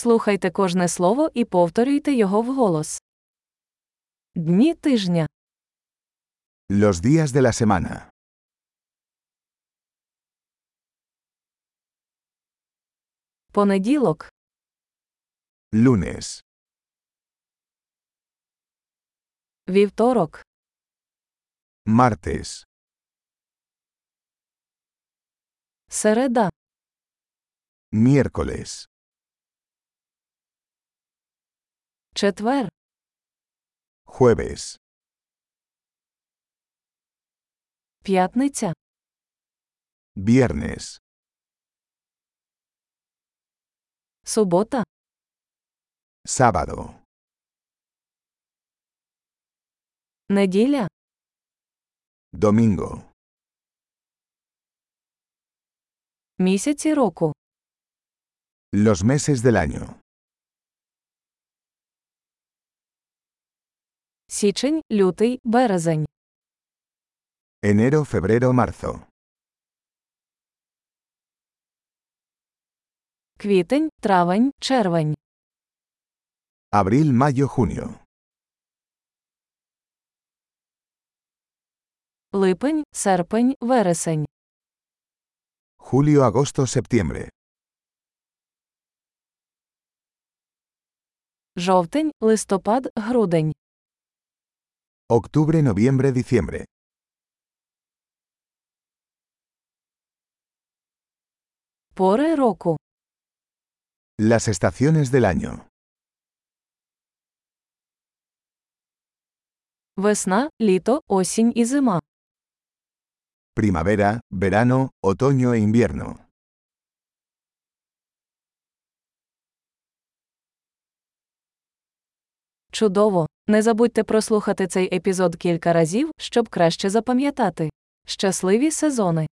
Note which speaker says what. Speaker 1: Слухайте кожне слово і повторюйте його вголос. Дні тижня,
Speaker 2: Los días de la semana.
Speaker 1: понеділок,
Speaker 2: Lunes,
Speaker 1: вівторок,
Speaker 2: martes,
Speaker 1: середа,
Speaker 2: miércoles,
Speaker 1: четвер,
Speaker 2: jueves,
Speaker 1: п'ятниця,
Speaker 2: viernes,
Speaker 1: субота,
Speaker 2: sábado,
Speaker 1: неділя,
Speaker 2: domingo,
Speaker 1: місяці року,
Speaker 2: los meses del año.
Speaker 1: січень, лютий, березень,
Speaker 2: Enero, febrero, marzo,
Speaker 1: квітень, травень, червень,
Speaker 2: abril, mayo, junio,
Speaker 1: липень, серпень, вересень,
Speaker 2: julio, agosto, septiembre,
Speaker 1: жовтень, листопад, грудень,
Speaker 2: octubre, noviembre, diciembre,
Speaker 1: пори року,
Speaker 2: las estaciones del año.
Speaker 1: весна, літо, осінь і зима,
Speaker 2: Primavera, verano, otoño e invierno.
Speaker 1: Чудово! Не забудьте прослухати цей епізод кілька разів, щоб краще запам'ятати. Щасливі сезони!